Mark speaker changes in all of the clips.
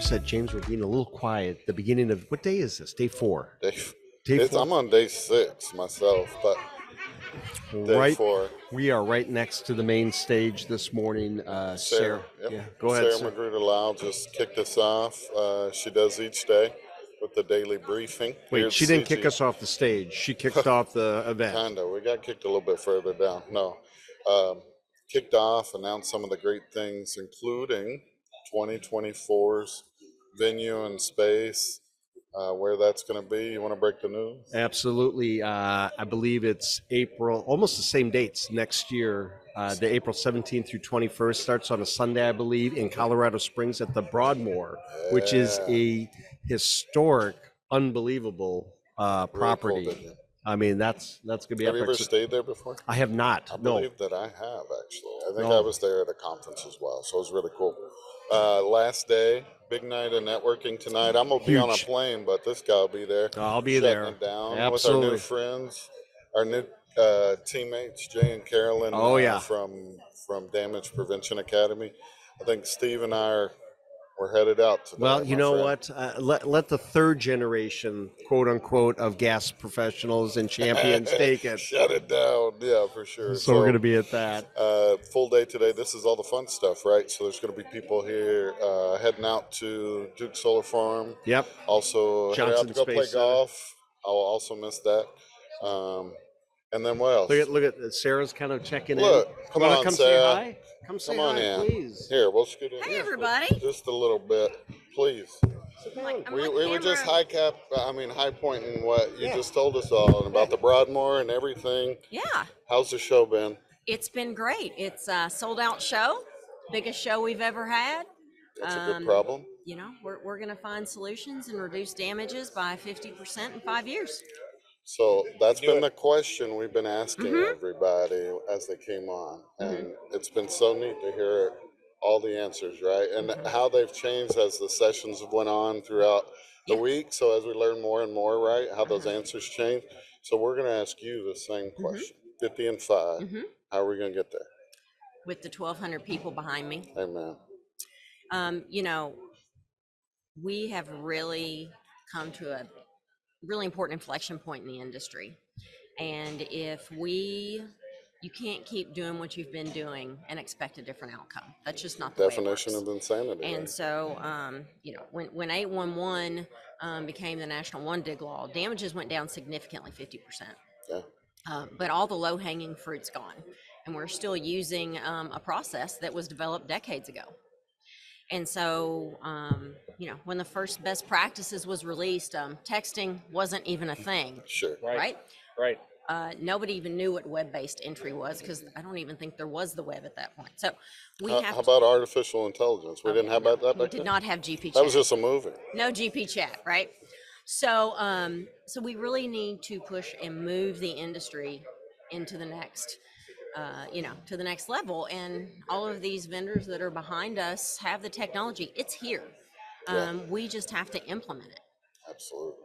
Speaker 1: said, James, we're being a little quiet. The beginning of what day is this? Day four.
Speaker 2: Day,
Speaker 1: Day
Speaker 2: it's,
Speaker 1: four.
Speaker 2: I'm on day six myself, but day
Speaker 1: right.
Speaker 2: four.
Speaker 1: We are right next to the main stage this morning. Uh, Sarah,
Speaker 2: yep.
Speaker 1: yeah, go ahead.
Speaker 2: Sarah
Speaker 1: Sarah.
Speaker 2: Magruder Lau just kicked us off. Uh, she does each day with the daily briefing.
Speaker 1: Wait, she didn't kick us off the stage. She kicked off the event.
Speaker 2: Kinda. We got kicked a little bit further down. No, um, kicked off. Announced some of the great things, including 2024's venue and space. Uh, where that's going to be. You want to break the news?
Speaker 1: Absolutely. Uh, I believe it's April, almost the same dates next year. Uh, the April 17th through 21st starts on a Sunday, I believe, in Colorado Springs at the Broadmoor, which is
Speaker 2: Yeah.
Speaker 1: a historic, unbelievable uh,
Speaker 2: Really cool
Speaker 1: property.
Speaker 2: venue.
Speaker 1: I mean, that's that's gonna be
Speaker 2: Have you
Speaker 1: epic.
Speaker 2: ever
Speaker 1: So-
Speaker 2: stayed there before?
Speaker 1: I have not.
Speaker 2: I
Speaker 1: no.
Speaker 2: believe that I have actually. I think
Speaker 1: No.
Speaker 2: I was there at a conference as well, so it was really cool. Uh, last day, big night of networking tonight. I'm gonna be on a
Speaker 1: Huge.
Speaker 2: plane, but this guy will be there.
Speaker 1: I'll be
Speaker 2: shutting
Speaker 1: there.
Speaker 2: It down with our
Speaker 1: Absolutely.
Speaker 2: new friends, our new uh, teammates, Jay and Carolyn.
Speaker 1: Oh,
Speaker 2: uh,
Speaker 1: yeah.
Speaker 2: from from Damage Prevention Academy. I think Steve and I are we're headed out tonight.
Speaker 1: Well, you
Speaker 2: my
Speaker 1: know what?
Speaker 2: friend.
Speaker 1: Uh, let let the third generation, quote unquote, of gas professionals and champions take it.
Speaker 2: Shut it down. Yeah, for sure.
Speaker 1: So we're gonna be at that.
Speaker 2: uh, full day today. This is all the fun stuff, right? So there's going to be people here uh, heading out to Duke Solar Farm.
Speaker 1: Yep.
Speaker 2: Also, headed out
Speaker 1: Johnson
Speaker 2: to go play
Speaker 1: Space Center.
Speaker 2: golf. I'll also miss that. Um, and then what else?
Speaker 1: Look at look at Sarah's kind of checking
Speaker 2: Look,
Speaker 1: in.
Speaker 2: come
Speaker 1: Wanna
Speaker 2: on,
Speaker 1: come say
Speaker 2: Sarah.
Speaker 1: hi. Come say
Speaker 2: Come on
Speaker 1: hi,
Speaker 2: in.
Speaker 1: please.
Speaker 2: Here, we'll scoot in.
Speaker 3: Hey,
Speaker 2: here for
Speaker 3: everybody.
Speaker 2: Just a little bit, please.
Speaker 3: Like, I'm
Speaker 2: We,
Speaker 3: on
Speaker 2: we were just
Speaker 3: camera.
Speaker 2: high cap. I mean, high pointing what you
Speaker 1: Yeah.
Speaker 2: just told us all and about the Broadmoor and everything.
Speaker 3: Yeah,
Speaker 2: How's the show been?
Speaker 3: it's been great. It's a sold out show, biggest show we've ever had.
Speaker 2: That's a
Speaker 3: Um,
Speaker 2: good problem.
Speaker 3: You know, we're, we're going to find solutions and reduce damages by 50% in five years.
Speaker 2: So that's been the question we've been asking
Speaker 3: Mm-hmm.
Speaker 2: everybody as they came on, and it's been so neat to hear all the answers, right? And
Speaker 3: Mm-hmm.
Speaker 2: how they've changed as the sessions have went on throughout
Speaker 3: Yeah.
Speaker 2: the
Speaker 3: Mm-hmm.
Speaker 2: week. So as we learn more and more, right, how those answers change. So we're gonna ask you the same question, fifty and 5
Speaker 3: Mhm.
Speaker 2: How are we gonna get there?
Speaker 3: With the 1,200 people behind me,
Speaker 2: Amen.
Speaker 3: um, you know, we have really come to a really important inflection point in the industry. And if we, you can't keep doing what you've been doing and expect a different outcome. That's just not the way it
Speaker 2: Definition
Speaker 3: works.
Speaker 2: of insanity.
Speaker 3: And
Speaker 2: right?
Speaker 3: so, um, you know, when, when 811 um, became the national one dig law, damages went down significantly 50%.
Speaker 2: Yeah.
Speaker 3: Uh, but all the low hanging fruit's gone. And we're still using um, a process that was developed decades ago. And so, um, you know, when the first best practices was released, um, texting wasn't even a thing,
Speaker 2: Mm, Sure.
Speaker 3: right?
Speaker 1: Right.
Speaker 3: Uh, nobody even knew what web based entry was because I don't even think there was the web at that point. So we
Speaker 2: How,
Speaker 3: have
Speaker 2: how
Speaker 3: to- Oh,
Speaker 2: about artificial intelligence? We didn't have that that
Speaker 3: we
Speaker 2: back
Speaker 3: did
Speaker 2: then.
Speaker 3: not have GP
Speaker 2: That was just a movie.
Speaker 3: no GP chat, right? So, um, so we really need to push and move the industry into the next, uh, you know, to the next level. And all of these vendors that are behind us have the technology; it's here.
Speaker 2: Yeah.
Speaker 3: Um, We just have to implement it.
Speaker 2: Absolutely.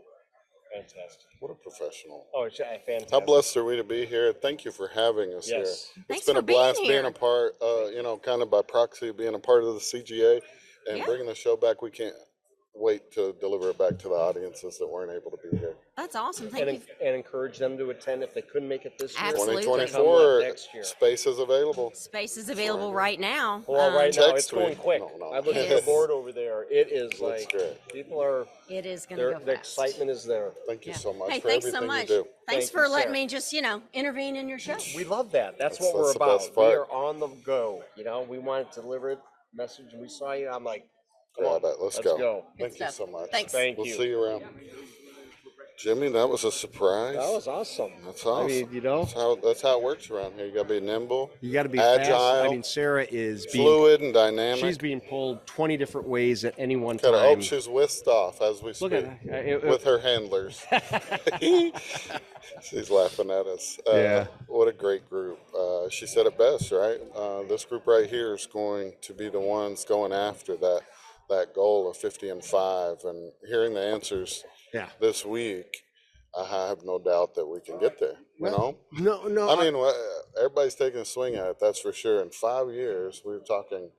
Speaker 4: Fantastic.
Speaker 2: What a professional.
Speaker 4: Oh, it's uh, fantastic.
Speaker 2: How blessed are we to be here? Thank you for having us here.
Speaker 4: Yes.
Speaker 2: It's
Speaker 3: Thanks
Speaker 2: been
Speaker 3: for
Speaker 2: a blast
Speaker 3: being
Speaker 2: being
Speaker 3: here.
Speaker 2: a part, uh, you know, kind of by proxy, being a part of the CGA and
Speaker 3: Yeah.
Speaker 2: bringing the show back. We can't wait to deliver it back to the audiences that weren't able to be here.
Speaker 3: That's awesome. Thank
Speaker 4: And,
Speaker 3: you.
Speaker 4: en- and encourage them to attend if they couldn't make it this year.
Speaker 3: Absolutely.
Speaker 4: Come
Speaker 2: 2024
Speaker 4: next year.
Speaker 2: space is available.
Speaker 3: Space is available right now. Uh,
Speaker 4: Well, right now it's
Speaker 2: Text me.
Speaker 4: going quick.
Speaker 2: No, no.
Speaker 4: I look at the
Speaker 3: Um, Yes.
Speaker 4: board over there. It is
Speaker 2: That's
Speaker 4: like
Speaker 2: good.
Speaker 4: people are.
Speaker 3: It is going to
Speaker 4: Their,
Speaker 3: go
Speaker 4: the
Speaker 3: fast.
Speaker 4: excitement is there.
Speaker 2: Thank you
Speaker 3: Yeah.
Speaker 2: so much
Speaker 3: Hey,
Speaker 2: for
Speaker 3: thanks
Speaker 2: everything
Speaker 3: so much.
Speaker 2: you do.
Speaker 3: Thanks
Speaker 4: Thank you,
Speaker 3: for letting
Speaker 4: Sarah.
Speaker 3: me just, you know, intervene in your show.
Speaker 4: We love that. That's,
Speaker 2: That's-
Speaker 4: what we're
Speaker 2: that's the best
Speaker 4: about. We
Speaker 2: part.
Speaker 4: are on the go. You know, we wanted to deliver the message. We saw you. I'm like, come
Speaker 2: Grab
Speaker 4: on,
Speaker 2: it. Let's
Speaker 4: let's
Speaker 2: go.
Speaker 4: go.
Speaker 2: Thank you
Speaker 3: stuff.
Speaker 2: so much.
Speaker 3: Thanks.
Speaker 4: Thank
Speaker 2: We'll
Speaker 4: you.
Speaker 2: see you around. Jimmy, that was a surprise.
Speaker 4: That was awesome.
Speaker 2: That's
Speaker 1: I
Speaker 2: awesome.
Speaker 1: mean, you know,
Speaker 2: that's, how, that's how it works around here. You got to be nimble,
Speaker 1: you got to be Fast. I
Speaker 2: Agile.
Speaker 1: mean, Sarah is being
Speaker 2: fluid, and dynamic.
Speaker 1: she's being pulled twenty different ways at any one
Speaker 2: Got
Speaker 1: time.
Speaker 2: her, oh, she's whisked off as we speak
Speaker 1: Look at her. Uh, it- it-
Speaker 2: with her handlers. she's laughing at us. Uh,
Speaker 1: Yeah.
Speaker 2: What a great group. Uh, she said it best, right? Uh, this group right here is going to be the ones going after that that goal of 50 and 5 and hearing the answers
Speaker 1: yeah.
Speaker 2: this week. I have no doubt that we can get there. You know,
Speaker 1: No, no.
Speaker 2: I mean, wha- everybody's taking a swing at it, that's for sure. In five years, we're talking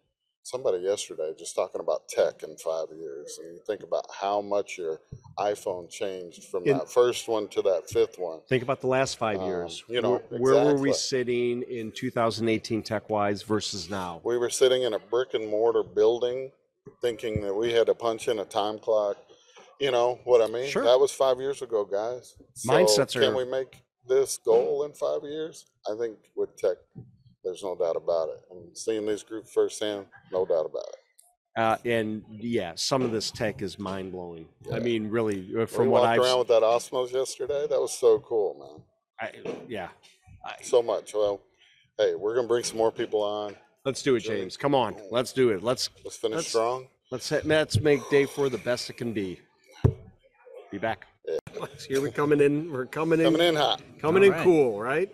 Speaker 2: somebody yesterday just talking about tech in five years, and you think about how much your iPhone changed from
Speaker 1: In-
Speaker 2: that first one to that fifth one.
Speaker 1: Think about the last five
Speaker 2: Um,
Speaker 1: years.
Speaker 2: you know,
Speaker 1: where, where were we
Speaker 2: exactly.
Speaker 1: sitting in 2018 tech wise versus now?
Speaker 2: We were sitting in a brick and mortar building, thinking that we had to punch in a time clock. You know what I mean?
Speaker 1: Sure.
Speaker 2: That was five years ago, guys. So
Speaker 1: Mindsets
Speaker 2: Can
Speaker 1: are-
Speaker 2: we make this goal in five years? I think with tech, there's no doubt about it. And seeing this group firsthand, no doubt about it.
Speaker 1: Uh, and yeah, some of this tech is mind blowing. I
Speaker 2: Yeah.
Speaker 1: mean, really, uh,
Speaker 2: When
Speaker 1: from
Speaker 2: we
Speaker 1: what
Speaker 2: walked
Speaker 1: I've,
Speaker 2: around
Speaker 1: s-
Speaker 2: with that Osmos yesterday, that was so cool, man.
Speaker 1: I, yeah,
Speaker 2: So much. Well, hey, we're gonna bring some more people on.
Speaker 1: let's do it,
Speaker 2: Really?
Speaker 1: James. Come on, let's do it. Let's
Speaker 2: Let's finish
Speaker 1: Let's-
Speaker 2: strong.
Speaker 1: let's ha- let's make day four the best it can be. Be back. Here we're coming in. We're coming in.
Speaker 2: Coming in hot.
Speaker 1: Coming
Speaker 5: All
Speaker 1: in
Speaker 5: right.
Speaker 1: cool, right?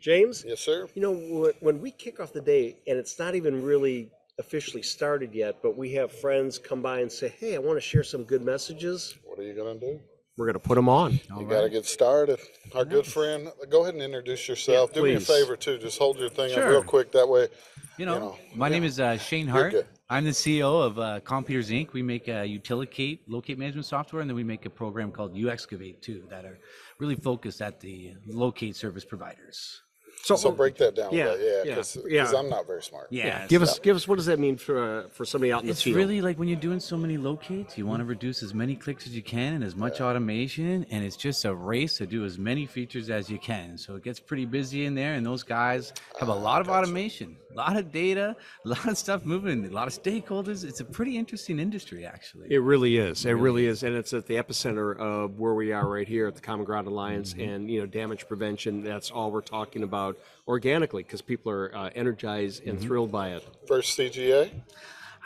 Speaker 1: James?
Speaker 2: Yes, sir.
Speaker 4: You know, wh- when we kick off the day, and it's not even really officially started yet, but we have friends come by and say, hey, I want to share some good messages.
Speaker 2: What are you gonna do?
Speaker 1: We're going to put them on.
Speaker 5: All
Speaker 2: You
Speaker 5: right.
Speaker 2: got to get started. Our good friend, go ahead and introduce yourself. Do me a
Speaker 1: please.
Speaker 2: favor too. Just hold your thing up
Speaker 5: Sure.
Speaker 2: real quick. That way,
Speaker 5: You know,
Speaker 2: know,
Speaker 5: my name is uh, Shane Hart.
Speaker 2: good.
Speaker 5: I'm the CEO of uh, Computers Inc. We make uh, Utilicate locate management software, and then we make a program called UExcavate too that are really focused at the locate service providers.
Speaker 2: so break that down.
Speaker 1: yeah,
Speaker 2: Yeah, yeah,
Speaker 1: yeah,
Speaker 2: because
Speaker 1: yeah.
Speaker 2: I'm not very smart.
Speaker 5: Yeah,
Speaker 1: Yeah,
Speaker 5: so-
Speaker 1: give us give us what does that mean for uh, for somebody out in
Speaker 5: It's
Speaker 1: the field?
Speaker 5: really like when you're doing so many locates, you want to reduce as many clicks as you can and as much automation, and it's just a race to do as many features as you can. So it gets pretty busy in there, and those guys
Speaker 1: Ah,
Speaker 5: have a lot of automation, a lot of data, a lot of stuff moving, a lot of stakeholders. It's a pretty interesting industry, actually.
Speaker 1: It really is. It really is, and it's at the epicenter of where we are right here at the Common Ground Alliance, and you know, damage prevention. That's all we're talking about organically because people are uh, energized and thrilled by it.
Speaker 2: First CGA.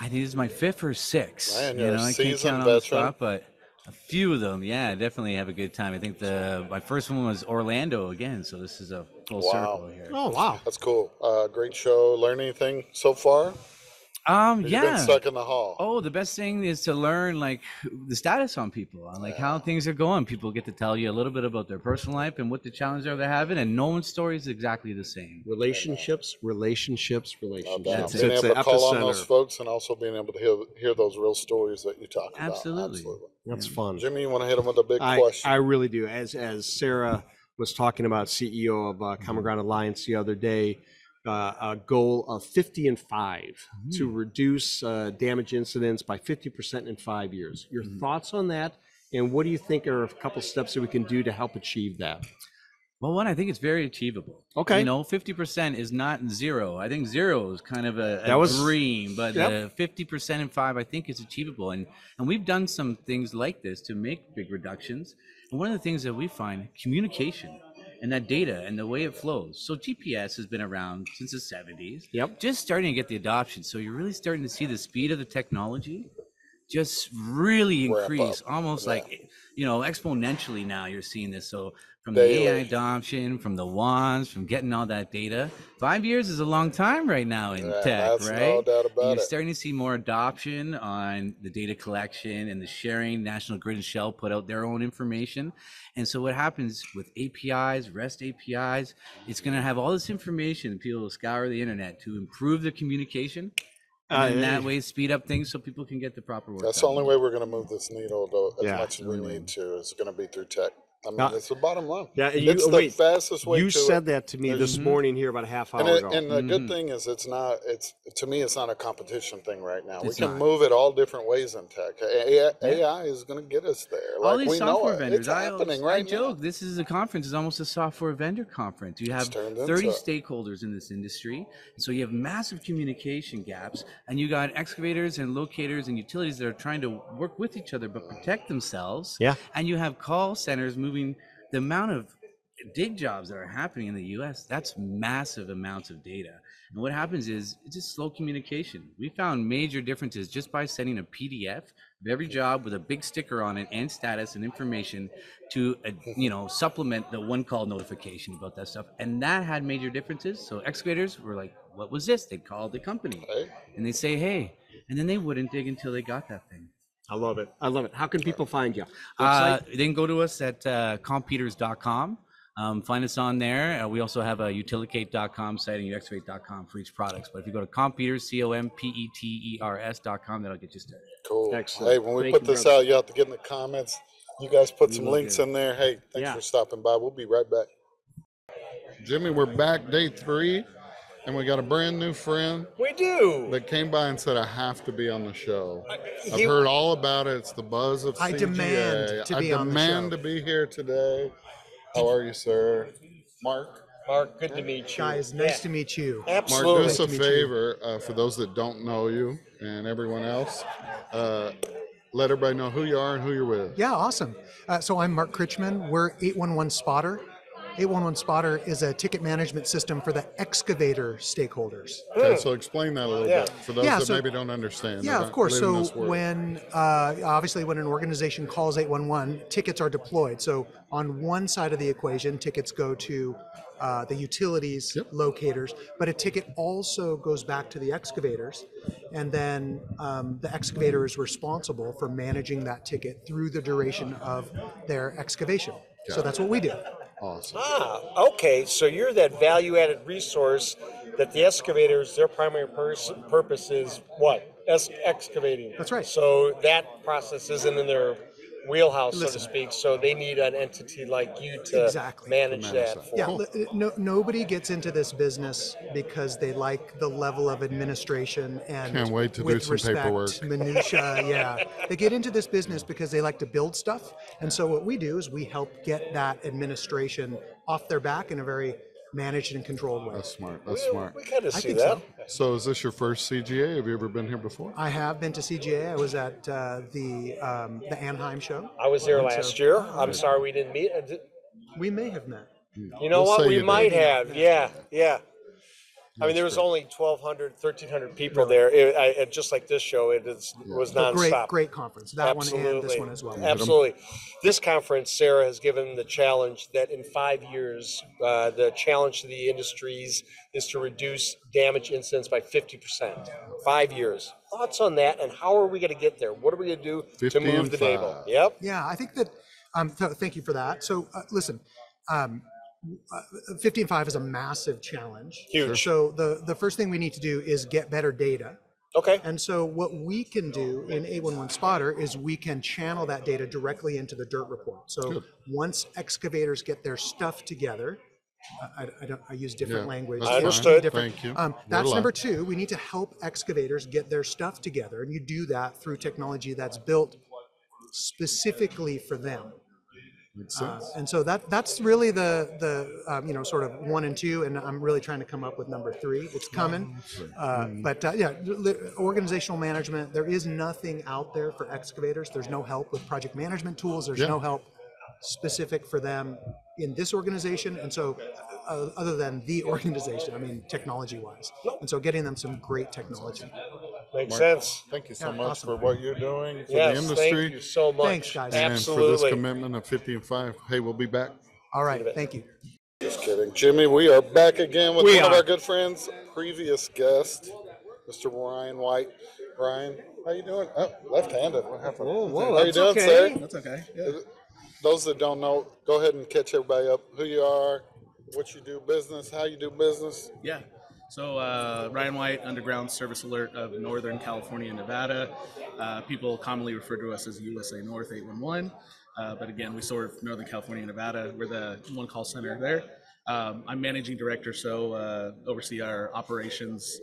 Speaker 5: I think this is my fifth or sixth.
Speaker 2: Man,
Speaker 5: you
Speaker 2: you're a
Speaker 5: know, I can't
Speaker 2: seasoned
Speaker 5: count on the
Speaker 2: veteran.
Speaker 5: spot, but a few of them, yeah, definitely have a good time. I think the my first one was Orlando again, so this is a full circle here.
Speaker 1: Oh wow!
Speaker 2: That's cool. Uh, great show. Learn anything so far?
Speaker 5: Um,
Speaker 2: You've
Speaker 5: yeah.
Speaker 2: been stuck in the hall.
Speaker 5: Oh, the best thing is to learn like the status on people and like how things are going. People get to tell you a little bit about their personal life and what the challenges are they're having, and no one's story is exactly the same.
Speaker 1: Relationships, relationships,
Speaker 2: No doubt.
Speaker 1: relationships.
Speaker 2: being
Speaker 1: It's the
Speaker 2: able to call on those
Speaker 1: epicenter.
Speaker 2: folks and also being able to hear, hear those real stories that you talk about.
Speaker 5: Absolutely.
Speaker 1: That's fun.
Speaker 2: Jimmy, you want to hit them with a big
Speaker 1: I,
Speaker 2: question?
Speaker 1: I really do. As as Sarah was talking about, CEO of
Speaker 2: Mm-hmm.
Speaker 1: uh, Common Ground Alliance the other day, uh, a goal of 50 and 5 to
Speaker 2: Mm.
Speaker 1: reduce uh, damage incidents by 50% in five years. Your
Speaker 2: Mm-hmm.
Speaker 1: thoughts on that? And what do you think are a couple steps that we can do to help achieve that?
Speaker 5: Well, one, I think it's very achievable.
Speaker 1: Okay.
Speaker 5: You know, 50% is not zero. I think zero is kind of a, a
Speaker 1: That was-
Speaker 5: dream, but
Speaker 1: Yep.
Speaker 5: the 50% and five, I think, is achievable. And, and we've done some things like this to make big reductions. And one of the things that we find communication and that data and the way it flows. So GPS has been around since the 70s.
Speaker 1: Yep.
Speaker 5: Just starting to get the adoption. So you're really starting to see the speed of the technology just really
Speaker 2: Ramp
Speaker 5: increase
Speaker 2: up.
Speaker 5: almost
Speaker 2: Yeah.
Speaker 5: like eh, you know exponentially now you're seeing this so from
Speaker 2: Daily.
Speaker 5: the ai adoption from the wands from getting all that data five years is a long time right now in
Speaker 2: Yeah,
Speaker 5: tech
Speaker 2: that's no
Speaker 5: right
Speaker 2: doubt about
Speaker 5: you're
Speaker 2: it.
Speaker 5: starting to see more adoption on the data collection and the sharing national grid and shell put out their own information and so what happens with apis rest apis it's going to have all this information people will scour the internet to improve their communication and
Speaker 1: Uh,
Speaker 5: in that way speed up things so people can get the proper work
Speaker 2: That's the
Speaker 5: done.
Speaker 2: only way we're going to move this needle though, as
Speaker 1: Yeah.
Speaker 2: much as we need to. It's going to be through tech. I mean,
Speaker 1: Now-
Speaker 2: it's the bottom line.
Speaker 1: Yeah, you- oh,
Speaker 2: it's the
Speaker 1: wait,
Speaker 2: fastest way
Speaker 1: You
Speaker 2: to
Speaker 1: said
Speaker 2: it.
Speaker 1: that to me
Speaker 2: There's-
Speaker 1: this morning here about a half hour
Speaker 2: and, it,
Speaker 1: ago. Mm-hmm.
Speaker 2: and the good thing is it's not it's to me it's not a competition thing right now
Speaker 5: It's
Speaker 2: we can
Speaker 5: not.
Speaker 2: move it all different ways in tech ai, AI is going to get us there like
Speaker 5: all these
Speaker 2: we
Speaker 5: software
Speaker 2: know it.
Speaker 5: vendors.
Speaker 2: it's
Speaker 5: I,
Speaker 2: happening
Speaker 5: always- I
Speaker 2: right now
Speaker 5: joke. This is a conference. It's almost a software vendor conference. You have
Speaker 2: turned into
Speaker 5: 30
Speaker 2: it.
Speaker 5: stakeholders in this industry, so you have massive communication gaps, and you got excavators and locators and utilities that are trying to work with each other but protect themselves.
Speaker 1: Yeah.
Speaker 5: And you have call centers moving the amount of dig jobs that are happening in the US, that's massive amounts of data. And what happens is it's just slow communication. We found major differences just by sending a PDF of every job with a big sticker on it and status and information to uh, you know supplement the one call notification about that stuff. And that had major differences. So excavators were like, what was this? They called the company
Speaker 2: Hey,
Speaker 5: and they say, hey, and then they wouldn't dig until they got that thing.
Speaker 1: I love it. I love it. How can people find you?
Speaker 5: Uh,
Speaker 1: Website?
Speaker 5: they can go to us at uh, computers.com. Um, find us on there. Uh, we also have a utilicate.com site and uxrate.com for each product. But if you go to competers, C O M P E T E R S.com, that'll get you started.
Speaker 2: Cool.
Speaker 4: Excellent.
Speaker 2: Hey, when we
Speaker 4: Thank
Speaker 2: put
Speaker 4: you,
Speaker 2: this
Speaker 4: brother.
Speaker 2: out, you have to get in the comments. You guys put
Speaker 5: We
Speaker 2: some
Speaker 5: will
Speaker 2: links
Speaker 5: do.
Speaker 2: in there. Hey, thanks
Speaker 4: Yeah.
Speaker 2: for stopping by. We'll be right back. Jimmy, we're back day three, and we got a brand new friend
Speaker 4: We do.
Speaker 2: that came by and said, "I have to be on the show." I've
Speaker 6: he-
Speaker 2: heard all about it. It's the buzz of
Speaker 6: I
Speaker 2: CGA.
Speaker 6: demand to
Speaker 2: I
Speaker 6: be on the
Speaker 2: demand
Speaker 6: show.
Speaker 2: to be here today. How are you, sir? Mark.
Speaker 4: Mark, good to meet you.
Speaker 6: Guys, nice to meet you.
Speaker 2: Mark,
Speaker 4: Absolutely.
Speaker 2: do us a
Speaker 6: Nice to meet you.
Speaker 2: favor uh, for those that don't know you and everyone else. Uh, let everybody know who you are and who you're with.
Speaker 6: Yeah, awesome. Uh, so I'm Mark Critchman. We're 811 Spotter. 811 Spotter is a ticket management system for the excavator stakeholders.
Speaker 2: Okay, so explain that a little
Speaker 4: Yeah.
Speaker 2: bit for those
Speaker 6: Yeah,
Speaker 2: that
Speaker 6: so-
Speaker 2: maybe don't understand.
Speaker 6: Yeah, of course. So when uh, obviously when an organization calls 811, tickets are deployed. So on one side of the equation, tickets go to uh, the utilities locators, but a ticket also goes back to the excavators, and then um, the excavator is responsible for managing that ticket through the duration of their excavation. So that's what we do.
Speaker 2: awesome.
Speaker 4: Ah, okay. So you're that value-added resource that the excavators, their primary pers- purpose is what? Es- excavating.
Speaker 6: That's right.
Speaker 4: So that process isn't in their wheelhouse, so
Speaker 6: Listen.
Speaker 4: to speak. So they need an entity like you to
Speaker 6: Exactly.
Speaker 4: manage
Speaker 2: To manage
Speaker 4: that.
Speaker 2: that.
Speaker 4: for
Speaker 6: Yeah,
Speaker 2: Cool.
Speaker 6: li- no, nobody gets into this business because they like the level of administration and
Speaker 2: Can't wait to do
Speaker 6: with
Speaker 2: some
Speaker 6: respect,
Speaker 2: paperwork.
Speaker 6: minutia. yeah, they get into this business because they like to build stuff, and so what we do is we help get that administration off their back in a very managed and controlled way.
Speaker 2: That's smart. That's
Speaker 4: We-
Speaker 2: smart.
Speaker 4: We kind of
Speaker 6: I
Speaker 4: see
Speaker 6: think
Speaker 4: that.
Speaker 6: so.
Speaker 2: So is this your first CGA? Have you ever been here before?
Speaker 6: I have been to CGA. I was at uh, the um, the Anaheim show.
Speaker 4: I was there
Speaker 6: I think
Speaker 4: last
Speaker 6: so.
Speaker 4: year. I'm sorry we didn't meet. Uh, d-
Speaker 6: We may have met.
Speaker 4: You know
Speaker 2: Hmm. We'll
Speaker 4: what?
Speaker 2: say
Speaker 4: We
Speaker 2: you
Speaker 4: might
Speaker 2: did.
Speaker 4: have. Yeah, yeah. I mean,
Speaker 2: That's
Speaker 4: there was
Speaker 2: great.
Speaker 4: only 1,200, 1,300 people there. It, I, it- just like this show, it is, was
Speaker 6: But
Speaker 4: nonstop.
Speaker 6: great, great conference. That
Speaker 4: Absolutely.
Speaker 6: one and this one as well.
Speaker 4: Absolutely. This conference, Sarah has given the challenge that in five years, uh, the challenge to the industries is to reduce damage incidents by 50%. Five years. Thoughts on that, and how are we going to get there? What are we going to do
Speaker 2: 50
Speaker 4: to move
Speaker 2: and
Speaker 4: the needle?
Speaker 2: five.
Speaker 4: Yep.
Speaker 6: Yeah, I think that. Um, th- thank you for that. So, uh, listen, um, uh, 50 and 5 is a massive challenge.
Speaker 4: Huge.
Speaker 6: So, the, the first thing we need to do is get better data.
Speaker 4: Okay.
Speaker 6: And so, what we can do in A11 Spotter is we can channel that data directly into the dirt report. So, once excavators get their stuff together, I, I- I don't. I use different
Speaker 2: Yeah,
Speaker 6: language.
Speaker 2: that's
Speaker 6: yeah,
Speaker 4: fine. Understood.
Speaker 6: Different.
Speaker 2: Thank you.
Speaker 6: Um,
Speaker 2: We're
Speaker 6: that's
Speaker 2: aligned.
Speaker 6: number two. We need to help excavators get their stuff together, and you do that through technology that's built specifically for them.
Speaker 2: Makes
Speaker 6: Uh,
Speaker 2: sense.
Speaker 6: and so that that's really the the um, you know sort of one and two, and I'm really trying to come up with number three. It's
Speaker 2: Mm-hmm.
Speaker 6: coming, uh, but uh, yeah, li- organizational management. There is nothing out there for excavators. There's no help with project management tools. There's
Speaker 2: Yeah.
Speaker 6: no help specific for them in this organization, and so uh, other than the organization, I mean technology wise, and so getting them some great technology.
Speaker 4: Makes
Speaker 2: Mark,
Speaker 4: sense.
Speaker 2: Thank you so
Speaker 6: Yeah,
Speaker 2: much
Speaker 6: awesome.
Speaker 2: for what you're doing for
Speaker 4: Yes,
Speaker 2: the industry
Speaker 4: Thank you so much.
Speaker 6: Thanks, guys.
Speaker 2: and for this
Speaker 4: Absolutely.
Speaker 2: commitment of 50 and 5. Hey, we'll be back.
Speaker 6: All right, thank you.
Speaker 2: Just kidding. Jimmy, we are back again with
Speaker 4: We
Speaker 2: one of
Speaker 4: are.
Speaker 2: our good friends, previous guest, Mr. Ryan White. Ryan, how you doing? Oh, left-handed. What happened? how you doing, sir?
Speaker 7: That's okay.
Speaker 2: Those that don't know, go ahead and catch everybody up. Who you are, what you do business, how you do business.
Speaker 7: Yeah. So uh, Ryan White, Underground Service Alert of Northern California, and Nevada. Uh, people commonly refer to us as USA North 811, uh, but again, we serve Northern California, and Nevada. We're the one call center there. Um, I'm managing director, so uh, oversee our operations,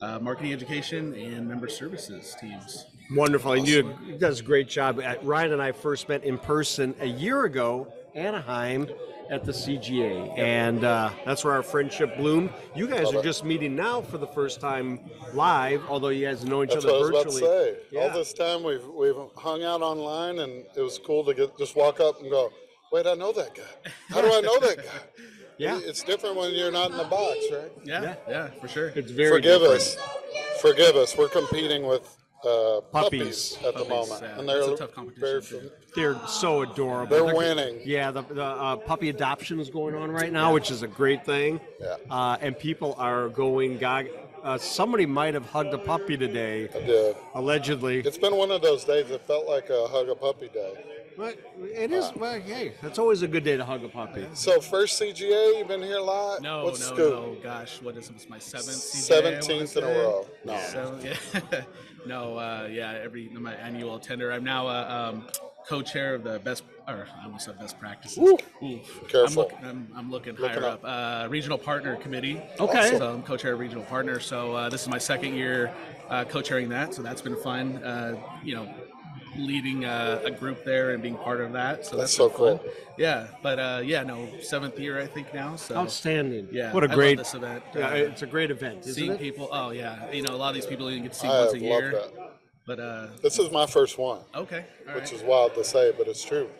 Speaker 7: uh, marketing education, and member services teams.
Speaker 1: Wonderful. And you you does a great job. Uh, Ryan and I first met in person a year ago, Anaheim, at the CGA, and uh, that's where our friendship bloomed. You guys are just meeting now for the first time live, although you guys know each
Speaker 2: That's
Speaker 1: other
Speaker 2: what I was about to
Speaker 1: virtually.
Speaker 2: say. All
Speaker 1: Yeah.
Speaker 2: this time we've we've hung out online, and it was cool to get just walk up and go. Wait, I know that guy. How do I know that guy?
Speaker 1: Yeah.
Speaker 2: it's different when you're not in the box, right?
Speaker 7: Yeah, yeah, for sure.
Speaker 1: It's very
Speaker 2: Forgive
Speaker 1: different.
Speaker 2: us. Forgive us. We're competing with uh,
Speaker 1: Puppies.
Speaker 2: puppies, at the
Speaker 7: Puppies,
Speaker 2: moment,
Speaker 7: yeah.
Speaker 2: and they're
Speaker 7: That's a tough
Speaker 2: very
Speaker 7: competition, too.
Speaker 1: They're so adorable.
Speaker 2: They're winning.
Speaker 1: Yeah, the, the uh, puppy adoption is going on right now, which is a great thing.
Speaker 2: Yeah.
Speaker 1: Uh, and people are going gog. Uh, somebody might have hugged a puppy today,
Speaker 2: good.
Speaker 1: allegedly.
Speaker 2: It's been one of those days. It felt like a hug a puppy day.
Speaker 1: But it is. Well, hey, that's always a good day to hug a puppy.
Speaker 2: So first CGA, you've been here a lot.
Speaker 7: No,
Speaker 2: What's the
Speaker 7: no,
Speaker 2: scoop?
Speaker 7: no. Gosh, what is this? My seventh CJ, I wanna
Speaker 2: Seventeenth in a
Speaker 7: say.
Speaker 2: row. No.
Speaker 7: So, yeah. no, uh, yeah, every my annual tender. I'm now uh, um, co-chair of the best, or I almost said best practices. Ooh. I'm
Speaker 2: Careful.
Speaker 7: looking, I'm, I'm looking
Speaker 2: Looking
Speaker 7: higher up. Uh, regional partner committee.
Speaker 1: Okay.
Speaker 7: So I'm co-chair of regional partner. So uh, this is my second year uh, co-chairing that. So that's been fun. Uh, you know, leading uh, a, a group there and being part of that. So
Speaker 2: That's
Speaker 7: that's,
Speaker 2: so
Speaker 7: been fun.
Speaker 2: cool.
Speaker 7: Yeah, but uh, yeah, no, seventh year I think now. So
Speaker 1: Outstanding.
Speaker 7: yeah,
Speaker 1: What
Speaker 7: I
Speaker 1: a
Speaker 7: love
Speaker 1: great.
Speaker 7: this event.
Speaker 1: Yeah,
Speaker 7: Uh,
Speaker 1: it's a great event, isn't
Speaker 7: seeing
Speaker 1: it?
Speaker 7: people. Oh yeah, you know a lot of these people you get to see
Speaker 2: I
Speaker 7: once
Speaker 2: have
Speaker 7: a
Speaker 2: loved
Speaker 7: year.
Speaker 2: that.
Speaker 7: But uh,
Speaker 2: This is my first one.
Speaker 7: okay, all
Speaker 2: which
Speaker 7: right.
Speaker 2: is wild to say, but it's true.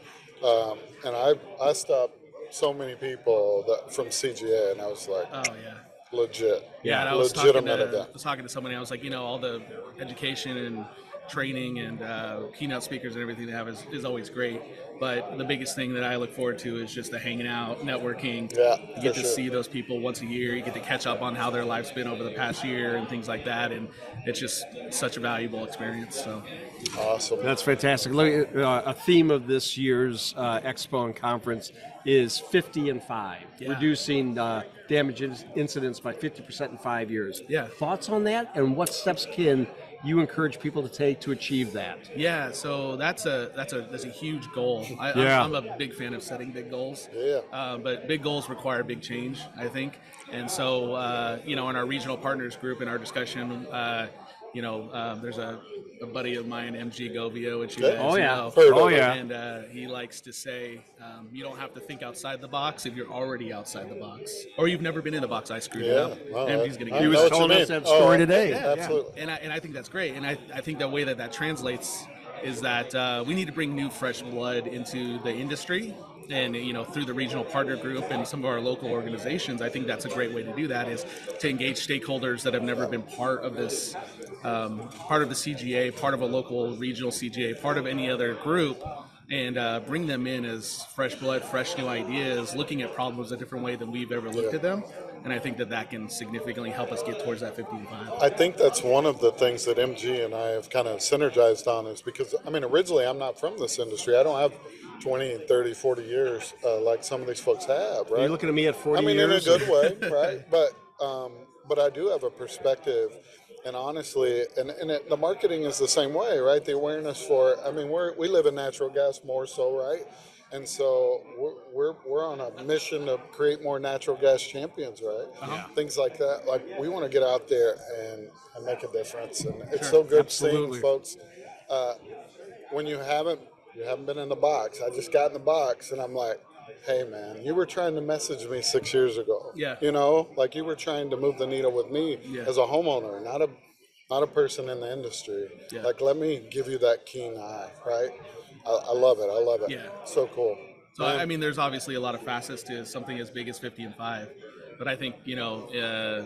Speaker 2: Um, and I I stopped so many people that from CGA, and I was like,
Speaker 7: oh yeah.
Speaker 2: legit,
Speaker 7: Yeah, and I was talking
Speaker 2: legitimate
Speaker 7: to,
Speaker 2: event.
Speaker 7: was talking to somebody. I was like, you know, all the education and training and uh, keynote speakers and everything they have is, is always great. But the biggest thing that I look forward to is just the hanging out, networking.
Speaker 2: Yeah,
Speaker 7: you get
Speaker 2: for
Speaker 7: to
Speaker 2: sure.
Speaker 7: see those people once a year. You get to catch up on how their life's been over the past year and things like that. And it's just such a valuable experience. So
Speaker 2: Awesome.
Speaker 1: That's fantastic. Look, uh, a theme of this year's uh, expo and conference is 50 and 5,
Speaker 7: Yeah.
Speaker 1: reducing uh, damage in- incidents by 50% in five years.
Speaker 7: Yeah.
Speaker 1: Thoughts on that, and what steps can you encourage people to take to achieve that?
Speaker 7: yeah, so that's a that's a that's a huge goal. I,
Speaker 1: Yeah.
Speaker 7: I'm, I'm a big fan of setting big goals.
Speaker 2: Yeah.
Speaker 7: Uh, but big goals require big change, I think. And so, uh, you know, in our regional partners group, in our discussion, uh, you know, uh, there's a, a buddy of mine, MG Govio, which you
Speaker 2: Yeah.
Speaker 7: guys
Speaker 1: Oh, yeah.
Speaker 7: know.
Speaker 2: Heard of Oh, him.
Speaker 1: yeah.
Speaker 7: And uh, he likes to say, um, you don't have to think outside the box if you're already outside the box, or you've never been in the box. I screwed it
Speaker 2: Yeah, no,
Speaker 7: up.
Speaker 2: I-
Speaker 7: MG's gonna
Speaker 2: I
Speaker 7: get
Speaker 2: know
Speaker 1: was
Speaker 2: what you
Speaker 1: telling us
Speaker 2: mean. Oh,
Speaker 1: that story
Speaker 2: I-
Speaker 1: today.
Speaker 2: yeah, absolutely.
Speaker 7: and I, and I think that's great. And I, I think the way that that translates is that uh, we need to bring new fresh blood into the industry and you know through the regional partner group and some of our local organizations i think that's a great way to do that is to engage stakeholders that have never been part of this um, part of the cga part of a local regional cga part of any other group and uh, bring them in as fresh blood fresh new ideas looking at problems a different way than we've ever looked at them and i think that that can significantly help us get towards that 55
Speaker 2: I think that's one of the things that MG and I have kind of synergized on is because, I mean, originally I'm not from this industry. I don't have 20, 30, 40 years uh, like some of these folks have, right?
Speaker 1: Are you looking at me at 40
Speaker 2: I mean,
Speaker 1: years?
Speaker 2: in a good way, right? but um, but I do have a perspective, and honestly, and, and it, the marketing is the same way, right? The awareness for, I mean, we're, we live in natural gas more so, right? And so we're, we're, we're on a mission to create more natural gas champions, right? Things like that. Like we want to get out there and, and make a difference, and it's so good
Speaker 1: Absolutely.
Speaker 2: seeing folks. Uh, when you haven't you haven't been in the box. I just got in the box and I'm like, hey man, you were trying to message me six years ago.
Speaker 7: Yeah.
Speaker 2: You know, like you were trying to move the needle with me
Speaker 7: Yeah.
Speaker 2: as a homeowner, not a not a person in the industry.
Speaker 7: Yeah.
Speaker 2: Like let me give you that keen eye, right? I, I love it. I love it.
Speaker 7: Yeah.
Speaker 2: So cool.
Speaker 7: So I I mean, there's obviously a lot of facets to something as big as 50 and five, but I think you know, uh,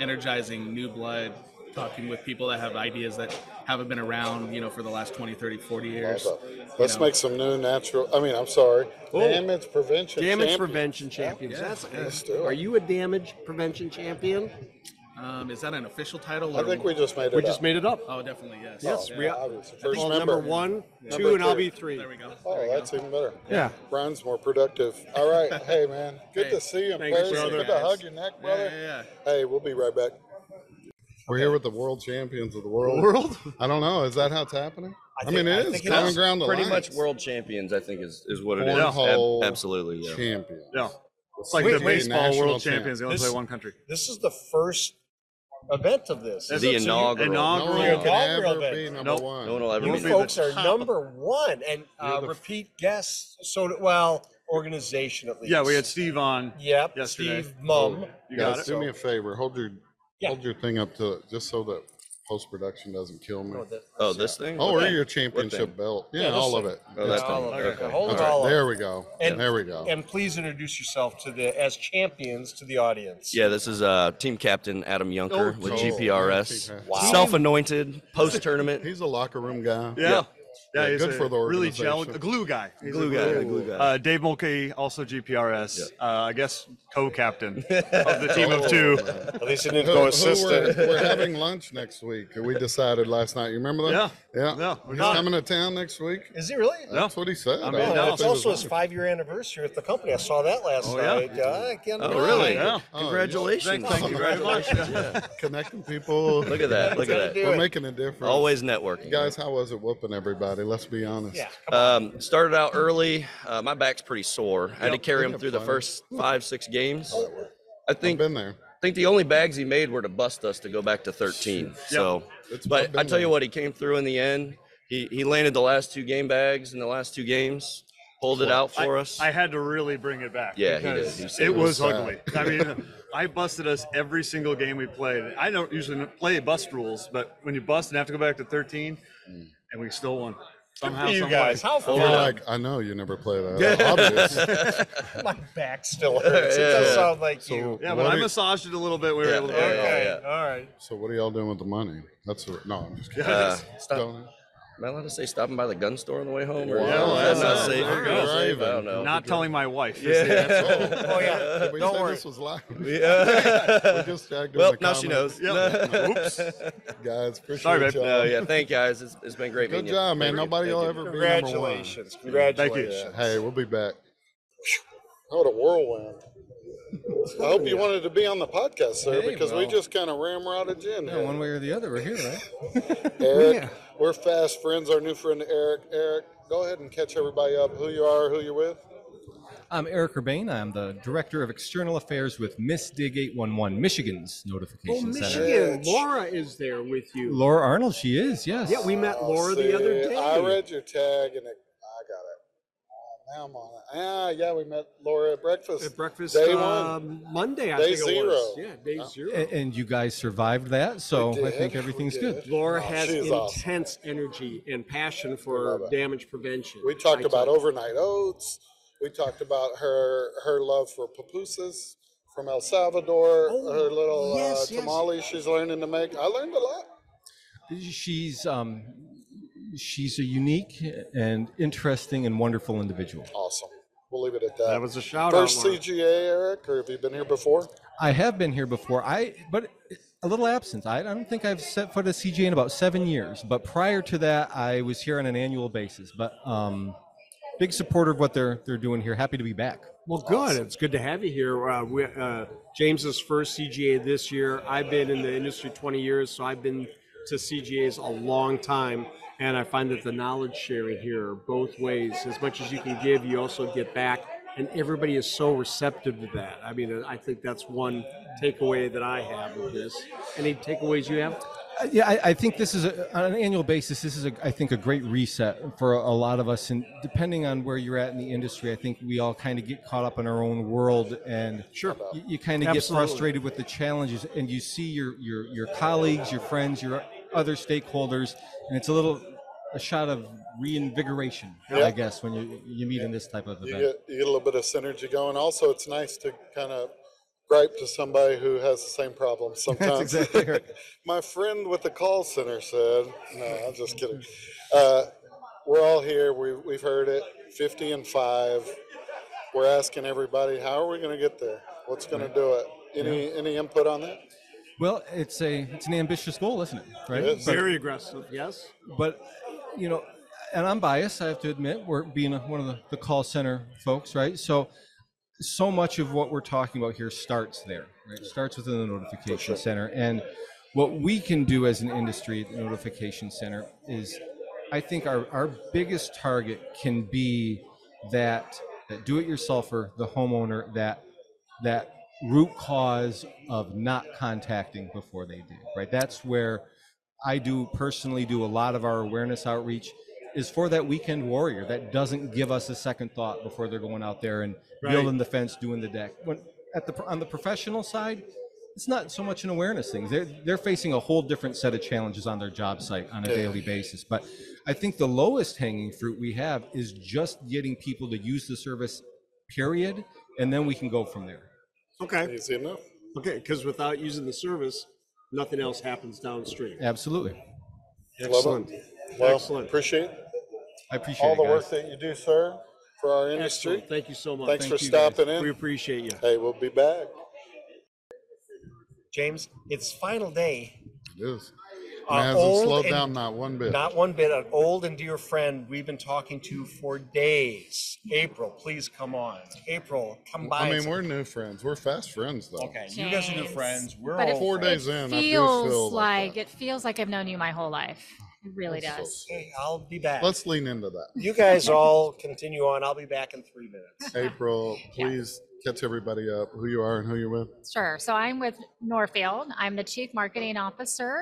Speaker 7: energizing new blood, talking with people that have ideas that haven't been around, you know, for the last 20, 30, 40 years.
Speaker 2: Love
Speaker 7: you
Speaker 2: it. Let's
Speaker 7: know.
Speaker 2: make some new natural. I mean, I'm sorry. Damage prevention.
Speaker 1: Damage
Speaker 2: champion.
Speaker 1: prevention champions.
Speaker 7: Yeah,
Speaker 1: That's-
Speaker 7: yeah.
Speaker 2: Let's do
Speaker 1: Are
Speaker 2: it.
Speaker 1: you a damage prevention champion?
Speaker 7: Um, is that an official title?
Speaker 2: I
Speaker 7: or-
Speaker 2: think we just made it.
Speaker 1: We just
Speaker 2: up.
Speaker 1: made it up.
Speaker 7: Oh, definitely yes.
Speaker 1: Yes,
Speaker 7: Yeah.
Speaker 1: we are.
Speaker 2: Obvious. First
Speaker 1: Well,
Speaker 2: member.
Speaker 1: number one, two,
Speaker 2: Number
Speaker 1: and I'll be three.
Speaker 2: three.
Speaker 7: There we go.
Speaker 2: Oh,
Speaker 7: there we
Speaker 2: that's
Speaker 7: go.
Speaker 2: even better.
Speaker 1: Yeah.
Speaker 2: Brian's more productive. All right. hey, man. Good
Speaker 7: Hey,
Speaker 2: to see you in
Speaker 1: thank you,
Speaker 2: person.
Speaker 1: brother.
Speaker 2: Good to hug your neck,
Speaker 7: Yeah,
Speaker 2: brother.
Speaker 7: yeah, yeah.
Speaker 2: Hey, we'll be right back. We're here with the world champions of the world.
Speaker 1: World?
Speaker 2: I don't know. Is that how it's happening? I, mean, it is.
Speaker 8: That's
Speaker 2: Common ground
Speaker 8: pretty
Speaker 2: alliance.
Speaker 8: much world champions. I think is is what it is.
Speaker 2: Cornhole
Speaker 8: Ab- absolutely, yeah.
Speaker 2: champions.
Speaker 9: Yeah.
Speaker 2: It's
Speaker 9: like the baseball world champions. They only
Speaker 4: This-
Speaker 9: play one country.
Speaker 4: This is the first event of this.
Speaker 8: The inaugural.
Speaker 2: No
Speaker 9: Inaugural.
Speaker 2: one can
Speaker 4: Inaugural
Speaker 2: ever
Speaker 4: event.
Speaker 2: be number
Speaker 9: Nope.
Speaker 2: one.
Speaker 8: No one will ever
Speaker 4: You
Speaker 8: be
Speaker 9: You'll
Speaker 8: there.
Speaker 4: folks are number one and uh,
Speaker 2: You're the-
Speaker 4: repeat guests. So, well, organization at least.
Speaker 9: Yeah, we had Steve on.
Speaker 4: Yep.
Speaker 9: yesterday.
Speaker 4: Steve Mum.
Speaker 9: You
Speaker 2: Guys,
Speaker 9: got it.
Speaker 2: do me a favor. Hold your
Speaker 4: Yeah.
Speaker 2: hold your thing up to it, just so that post production doesn't kill me.
Speaker 4: Oh, that-
Speaker 8: Oh, this thing.
Speaker 2: Oh, or
Speaker 8: Okay.
Speaker 2: your championship belt. Yeah,
Speaker 4: Yeah, this
Speaker 2: all of
Speaker 4: thing.
Speaker 2: it.
Speaker 8: Oh,
Speaker 2: Yeah.
Speaker 8: that
Speaker 4: all
Speaker 8: thing.
Speaker 4: of it.
Speaker 8: Okay.
Speaker 4: Hold
Speaker 2: All
Speaker 4: it
Speaker 2: right,
Speaker 4: all up.
Speaker 2: there we go.
Speaker 4: And-
Speaker 2: there we go.
Speaker 4: And please introduce yourself to the as champions to the audience.
Speaker 8: Yeah, this is uh, team captain Adam Yunker with
Speaker 2: oh,
Speaker 8: GPRS.
Speaker 2: yeah, team captain.
Speaker 8: Self-anointed post-tournament.
Speaker 2: He's a locker room guy.
Speaker 9: Yeah. Yeah,
Speaker 2: Yeah,
Speaker 9: he's
Speaker 2: good
Speaker 9: a
Speaker 2: for the
Speaker 9: really gel,
Speaker 2: organization.
Speaker 9: a glue guy. He's a
Speaker 8: Glue guy, the glue guy.
Speaker 9: Uh, Dave Mulkey, also GPRS, uh, I guess co-captain of the team of two.
Speaker 4: At least it didn't
Speaker 2: Oh. Who-
Speaker 4: go
Speaker 2: who
Speaker 4: assistant.
Speaker 2: we're, we're having lunch next week. We decided last night. You remember
Speaker 9: Yeah,
Speaker 2: that? Yeah.
Speaker 9: yeah, we're
Speaker 2: He's
Speaker 9: done.
Speaker 2: coming to town next week.
Speaker 4: Is it really?
Speaker 9: Yeah.
Speaker 2: That's what he said.
Speaker 9: I mean,
Speaker 2: don't
Speaker 9: no,
Speaker 2: know if
Speaker 4: it's
Speaker 2: he was
Speaker 4: also his
Speaker 2: wrong.
Speaker 4: five year anniversary with the company. I saw that last
Speaker 9: Oh, yeah.
Speaker 4: night. Uh, I can't
Speaker 8: Oh,
Speaker 4: believe
Speaker 8: really?
Speaker 4: it.
Speaker 9: Yeah.
Speaker 2: Oh,
Speaker 8: Congratulations.
Speaker 2: thank you very much.
Speaker 8: Yeah.
Speaker 2: Connecting people.
Speaker 8: Look at that. Look at
Speaker 4: Gotta do
Speaker 8: that.
Speaker 2: We're
Speaker 4: it.
Speaker 2: making a difference.
Speaker 8: Always networking.
Speaker 2: Guys, how was it whooping everybody? Let's be honest.
Speaker 4: Yeah.
Speaker 8: Um, started out early. Uh, my back's pretty sore. I had to carry
Speaker 2: Isn't
Speaker 8: him
Speaker 2: it
Speaker 8: through the
Speaker 2: fun? Oh,
Speaker 8: first five, six games. I
Speaker 2: I've
Speaker 8: think
Speaker 2: been there.
Speaker 8: think the only bags he made were to bust us to go back to 13. So,
Speaker 2: It's
Speaker 8: but
Speaker 2: been
Speaker 8: I tell you
Speaker 2: there.
Speaker 8: what, he came through in the end. He he landed the last two game bags in the last two games, pulled it out for us.
Speaker 9: I had to really bring it back.
Speaker 8: Yeah, he did.
Speaker 9: because
Speaker 8: He said
Speaker 9: It
Speaker 8: it uh,
Speaker 9: was
Speaker 2: was sad.
Speaker 9: ugly. I mean, I busted us every single game we played. I don't usually play bust rules, but when you bust and have to go back to 13, and we still won. Somehow, uh,
Speaker 4: You
Speaker 9: some
Speaker 4: guys,
Speaker 9: way.
Speaker 4: how far?
Speaker 2: You're like, I know you never play that. Obvious.
Speaker 4: My back still hurts. It does
Speaker 8: Yeah.
Speaker 4: sound like
Speaker 2: So
Speaker 4: you.
Speaker 9: Yeah,
Speaker 2: what
Speaker 9: but I
Speaker 2: do-
Speaker 9: massaged it a little bit. We were
Speaker 8: Yeah,
Speaker 9: able to.
Speaker 8: yeah, yeah.
Speaker 4: Okay, all right.
Speaker 2: So what are y'all doing with the money? That's a, no. I'm just kidding.
Speaker 8: Uh,
Speaker 2: Don't-
Speaker 8: Am I allowed to say stopping by the gun store on the way home? Or
Speaker 2: Wow.
Speaker 8: is
Speaker 2: Yeah,
Speaker 8: that
Speaker 9: that's
Speaker 8: not
Speaker 9: it.
Speaker 8: safe?
Speaker 9: There you
Speaker 8: Not
Speaker 2: go.
Speaker 8: safe? I don't know.
Speaker 9: Not telling my wife.
Speaker 8: Yeah.
Speaker 4: Oh yeah.
Speaker 2: Did we
Speaker 4: Don't
Speaker 2: say
Speaker 4: worry.
Speaker 2: This was live.
Speaker 8: Yeah.
Speaker 2: We just tagged her
Speaker 8: well,
Speaker 2: in the
Speaker 8: now she
Speaker 2: comments.
Speaker 8: knows.
Speaker 9: Yep. Oops.
Speaker 2: Guys, appreciate
Speaker 9: Sorry, babe.
Speaker 2: y'all.
Speaker 8: No, yeah. Thank you, guys. It's, it's been great.
Speaker 2: Good
Speaker 8: meeting
Speaker 2: job,
Speaker 8: you.
Speaker 2: man. Nobody will
Speaker 8: Thank
Speaker 2: ever be number one.
Speaker 4: Congratulations.
Speaker 9: Thank you.
Speaker 4: Congratulations.
Speaker 2: Yeah. Hey, we'll be back. What a whirlwind. I hope you wanted to be on the podcast, sir,
Speaker 10: Hey,
Speaker 2: because we
Speaker 10: well.
Speaker 2: just kind of ramrodded you in
Speaker 10: Yeah,
Speaker 2: here.
Speaker 10: one way or the other, we're here, right?
Speaker 2: Eric,
Speaker 10: Yeah.
Speaker 2: we're fast friends. Our new friend Eric. Eric, go ahead and catch everybody up. Who you are, who you're with.
Speaker 10: I'm Eric Urbane. I'm the Director of External Affairs with Miss Dig 811, Michigan's
Speaker 1: Oh,
Speaker 10: Notification Center.
Speaker 1: Michigan. Laura is there with you.
Speaker 10: Laura Arnold, she is, yes.
Speaker 1: Yeah, we met
Speaker 2: Oh,
Speaker 1: Laura the other
Speaker 2: see,
Speaker 1: day.
Speaker 2: I read your tag and it, I got it. Oh, now I'm on it. Ah, yeah, we met Laura at breakfast.
Speaker 1: at breakfast
Speaker 2: Day one.
Speaker 1: um, Monday. I
Speaker 2: Day
Speaker 1: think it was.
Speaker 2: zero.
Speaker 1: Yeah, day
Speaker 2: Uh,
Speaker 1: zero.
Speaker 10: A- And, you guys survived that, so
Speaker 2: We
Speaker 10: I think
Speaker 2: did, we
Speaker 10: everything's
Speaker 2: did.
Speaker 10: good.
Speaker 1: Laura
Speaker 2: Oh,
Speaker 1: has
Speaker 2: she's awesome.
Speaker 1: intense energy and passion
Speaker 2: love
Speaker 1: for
Speaker 2: it.
Speaker 1: damage prevention.
Speaker 2: We talked
Speaker 1: I
Speaker 2: about
Speaker 1: told-
Speaker 2: overnight oats. We talked about her her love for pupusas from El Salvador.
Speaker 1: Oh,
Speaker 2: her little
Speaker 1: yes,
Speaker 2: uh,
Speaker 1: yes.
Speaker 2: tamale she's learning to make. I learned a lot.
Speaker 10: She's, um, she's a unique and interesting and wonderful individual.
Speaker 2: Awesome. We'll leave it at that.
Speaker 9: That was a shout
Speaker 2: First
Speaker 9: out. Laura.
Speaker 2: CGA, Eric, or have you been here before?
Speaker 10: I have been here before. I but a little absence. I don't think I've set foot at CGA in about seven years. But prior to that, I was here on an annual basis. But um, big supporter of what they're they're doing here. Happy to be back.
Speaker 1: Well, good. It's good to have you here. Uh, we, uh, James's first CGA this year. I've been in the industry 20 years, so I've been to CGAs a long time, and I find that the knowledge sharing here, both ways, as much as you can give, you also get back, and everybody is so receptive to that. I mean, I think that's one takeaway that I have with this. Any takeaways you have?
Speaker 10: Uh, Yeah, I, I think this is a, on an annual basis. This is, a, I think, a great reset for a lot of us. And depending on where you're at in the industry, I think we all kind of get caught up in our own world, and
Speaker 1: Sure.
Speaker 10: you, you kind of get
Speaker 1: Absolutely.
Speaker 10: frustrated with the challenges, and you see your your your colleagues, your friends, your other stakeholders, and it's a little a shot of reinvigoration, I guess, when you you meet in this type of
Speaker 2: You
Speaker 10: event.
Speaker 2: get, you get a little bit of synergy going. Also, it's nice to kind of gripe to somebody who has the same problem sometimes.
Speaker 10: exactly right.
Speaker 2: My friend with the call center said, "No, I'm just kidding. Uh, we're all here. We, we've heard it. 50 and five. We're asking everybody, how are we going to get there? What's going to do it? Any any input on that?
Speaker 10: Well, it's a it's an ambitious goal, isn't it? Right.
Speaker 2: It is.
Speaker 10: But-
Speaker 1: Very aggressive. Yes.
Speaker 10: but you know and i'm biased i have to admit we're being a- one of the, the call center folks right so so much of what we're talking about here starts there right starts within the notification center and what we can do as an industry at the notification center is i think our, our biggest target can be that that do-it-yourselfer the homeowner that that root cause of not contacting before they do right that's where I do personally do a lot of our awareness outreach is for that weekend warrior that doesn't give us a second thought before they're going out there and building the fence, doing the deck. When at the on the professional side, it's not so much an awareness thing. They're they're facing a whole different set of challenges on their job site on a daily basis. But I think the lowest hanging fruit we have is just getting people to use the service, period, and then we can go from there.
Speaker 1: Okay.
Speaker 2: Easy enough.
Speaker 1: Okay. Because without using the service, nothing else happens downstream.
Speaker 10: Absolutely.
Speaker 2: Love it. Well,
Speaker 1: Excellent.
Speaker 2: Appreciate it.
Speaker 10: I appreciate
Speaker 2: all
Speaker 10: it,
Speaker 2: the
Speaker 10: guys.
Speaker 2: work that you do, sir, for our industry.
Speaker 11: Excellent. Thank you so much.
Speaker 2: Thanks
Speaker 11: Thank
Speaker 2: for
Speaker 11: you guys.
Speaker 2: stopping in.
Speaker 11: We appreciate you.
Speaker 2: Hey, we'll be back.
Speaker 4: James, it's final day.
Speaker 2: It is.
Speaker 4: Our
Speaker 2: it hasn't
Speaker 4: old
Speaker 2: slowed
Speaker 4: and-
Speaker 2: down not one bit.
Speaker 4: Not one bit. An old and dear friend we've been talking to for days. April, please come on. April, come by.
Speaker 2: I
Speaker 4: and
Speaker 2: mean,
Speaker 4: say-
Speaker 2: we're new friends. We're fast friends, though.
Speaker 4: Okay, you guys are new friends. We're
Speaker 12: But
Speaker 4: all
Speaker 12: it,
Speaker 2: Four
Speaker 12: it
Speaker 2: days in, I do
Speaker 12: feels
Speaker 2: feel like
Speaker 12: like, it feels like I've known you my whole life. It really
Speaker 2: That's so
Speaker 12: does.
Speaker 4: Hey, I'll be back.
Speaker 2: Let's lean into that.
Speaker 4: You guys all continue on. I'll be back in three minutes.
Speaker 2: April, please catch everybody up who you are and who you're with.
Speaker 12: Sure. So I'm with Norfield. I'm the Chief Marketing Officer.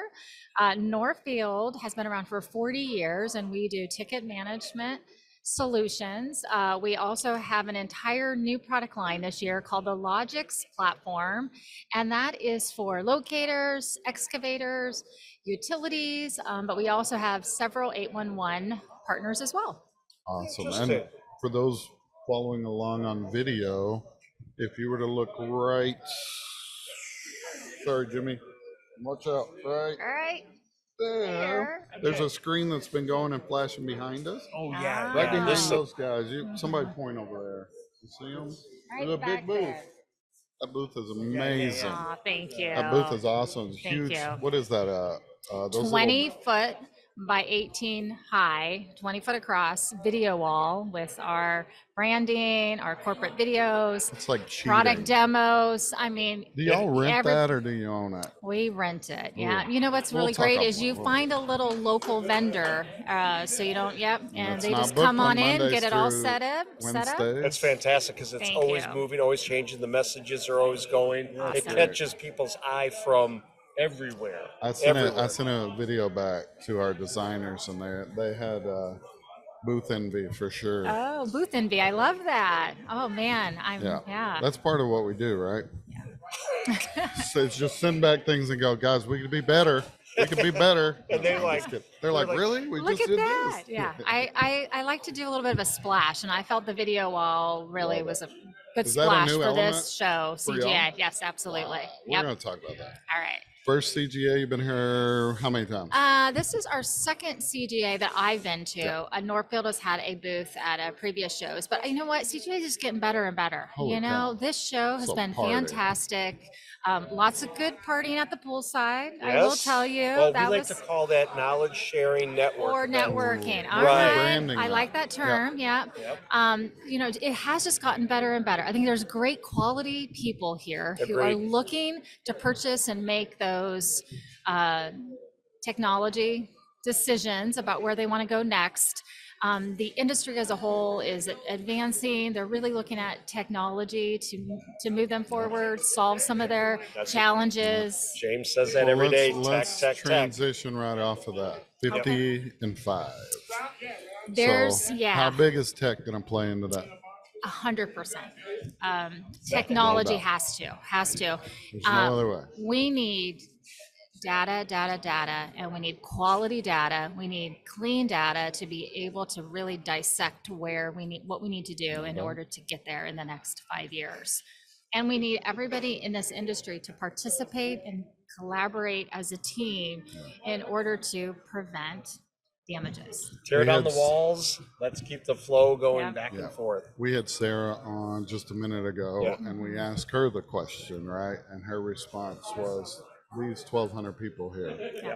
Speaker 12: Uh, Norfield has been around for 40 years and we do ticket management solutions. Uh, we also have an entire new product line this year called the Logix platform, and that is for locators, excavators, utilities, um, but we also have several 811 partners as well.
Speaker 2: Awesome. And
Speaker 12: Interesting.
Speaker 2: for those following along on video, if you were to look right, sorry, Jimmy, watch out, right
Speaker 12: All right.
Speaker 2: there. There's
Speaker 12: Okay.
Speaker 2: a screen that's been going and flashing behind us.
Speaker 4: Oh,
Speaker 12: yeah,
Speaker 2: Right
Speaker 12: yeah.
Speaker 2: behind
Speaker 12: This-
Speaker 2: those guys. You, somebody point over there. You see them?
Speaker 12: Right
Speaker 2: There's a
Speaker 12: back
Speaker 2: big booth.
Speaker 12: there.
Speaker 2: That booth is amazing.
Speaker 12: Aw, thank you.
Speaker 2: That booth is awesome. It's
Speaker 12: Thank
Speaker 2: huge.
Speaker 12: you.
Speaker 2: What is that? Uh, uh, those
Speaker 12: 20
Speaker 2: Little,
Speaker 12: foot by 18 high, 20 foot across video wall with our branding, our corporate videos,
Speaker 2: it's like cheating.
Speaker 12: product demos. I mean,
Speaker 2: Do y'all rent
Speaker 12: every-
Speaker 2: that or do you own it?
Speaker 12: We rent it.
Speaker 2: Ooh.
Speaker 12: Yeah. You know what's
Speaker 2: We'll
Speaker 12: really
Speaker 2: talk
Speaker 12: great
Speaker 2: up
Speaker 12: is you
Speaker 2: one.
Speaker 12: find a little local vendor. Uh, so you don't, yep. And
Speaker 2: It's
Speaker 12: they
Speaker 2: not
Speaker 12: just
Speaker 2: booked
Speaker 12: come on in,
Speaker 2: Mondays
Speaker 12: get it all
Speaker 2: through
Speaker 12: set up, set up.
Speaker 2: Wednesdays.
Speaker 4: That's fantastic because it's
Speaker 12: Thank
Speaker 4: always
Speaker 12: you.
Speaker 4: moving, always changing. The messages are always going.
Speaker 12: Awesome.
Speaker 4: It catches people's eye from everywhere.
Speaker 2: I sent a, I
Speaker 4: everywhere.
Speaker 2: sent a video back to our designers and they they had uh, booth envy for sure.
Speaker 12: Oh, booth envy. I love that. Oh, man. I'm,
Speaker 2: yeah.
Speaker 12: yeah.
Speaker 2: that's part of what we do, right? Yeah. so it's just send back things and go, guys, we could be better. We could be better.
Speaker 4: And they're
Speaker 2: I'm just
Speaker 4: like-
Speaker 2: kidding.
Speaker 4: they're
Speaker 2: they're like,
Speaker 4: like,
Speaker 2: really? We
Speaker 12: Look
Speaker 2: just
Speaker 12: at
Speaker 2: did
Speaker 12: that.
Speaker 2: this.
Speaker 12: Yeah. I, I, I like to do a little bit of a splash, and I felt the video wall really was a good
Speaker 2: Is that a
Speaker 12: splash
Speaker 2: new
Speaker 12: for this show.
Speaker 2: element for y'all?
Speaker 12: CGI. Yes, absolutely.
Speaker 2: We're
Speaker 12: Yep.
Speaker 2: gonna talk about that.
Speaker 12: All right.
Speaker 2: First CGA, you've been here how many times?
Speaker 12: Uh, this is our second CGA that I've been to.
Speaker 2: Yeah.
Speaker 12: Uh, Northfield has had a booth at uh, previous shows, but you know what? CGA is just getting better and better.
Speaker 2: Holy
Speaker 12: you know, this show has
Speaker 2: It's a
Speaker 12: been
Speaker 2: party.
Speaker 12: fantastic. Um, lots of good partying at the poolside. I will
Speaker 4: Yes.
Speaker 12: tell you
Speaker 4: Well,
Speaker 12: that
Speaker 4: we like
Speaker 12: was
Speaker 4: to call that knowledge sharing network.
Speaker 12: or
Speaker 4: event.
Speaker 12: networking. All
Speaker 4: Right.
Speaker 12: right,
Speaker 2: Branding
Speaker 12: I
Speaker 2: that.
Speaker 12: like that term. Yeah.
Speaker 4: Yep.
Speaker 12: Um, you know, it has just gotten better and better. I think there's great quality people here who are
Speaker 4: Agreed.
Speaker 12: looking to purchase and make those uh, technology decisions about where they want to go next. Um, the industry as a whole is advancing. They're really looking at technology to to move them forward, solve some of their
Speaker 4: That's it.
Speaker 12: challenges.
Speaker 4: James says that
Speaker 2: Well,
Speaker 4: every
Speaker 2: let's-
Speaker 4: day.
Speaker 2: let's
Speaker 4: Tech, tech, tech.
Speaker 2: transition right off of that. Fifty and five.
Speaker 4: Mm-hmm.
Speaker 12: There's
Speaker 2: So
Speaker 12: yeah.
Speaker 2: How big is tech gonna play into that?
Speaker 12: A hundred percent. Um, Technology
Speaker 2: doubt.
Speaker 12: has to, has to.
Speaker 2: There's
Speaker 12: Um,
Speaker 2: no other way.
Speaker 12: We need data, data, data, and we need quality data. We need clean data to be able to really dissect where we need, what we need to do in
Speaker 2: Mm-hmm.
Speaker 12: order to get there in the next five years. And we need everybody in this industry to participate and collaborate as a team in order to prevent damages.
Speaker 4: Tear
Speaker 2: We
Speaker 4: down
Speaker 2: had
Speaker 4: the
Speaker 2: s-
Speaker 4: walls. Let's keep the flow going
Speaker 12: Yeah.
Speaker 4: back
Speaker 2: Yeah.
Speaker 4: and forth.
Speaker 2: We had Sarah on just a minute ago,
Speaker 4: Yeah.
Speaker 2: and we asked her the question, right? And her response was, "These 1,200 people here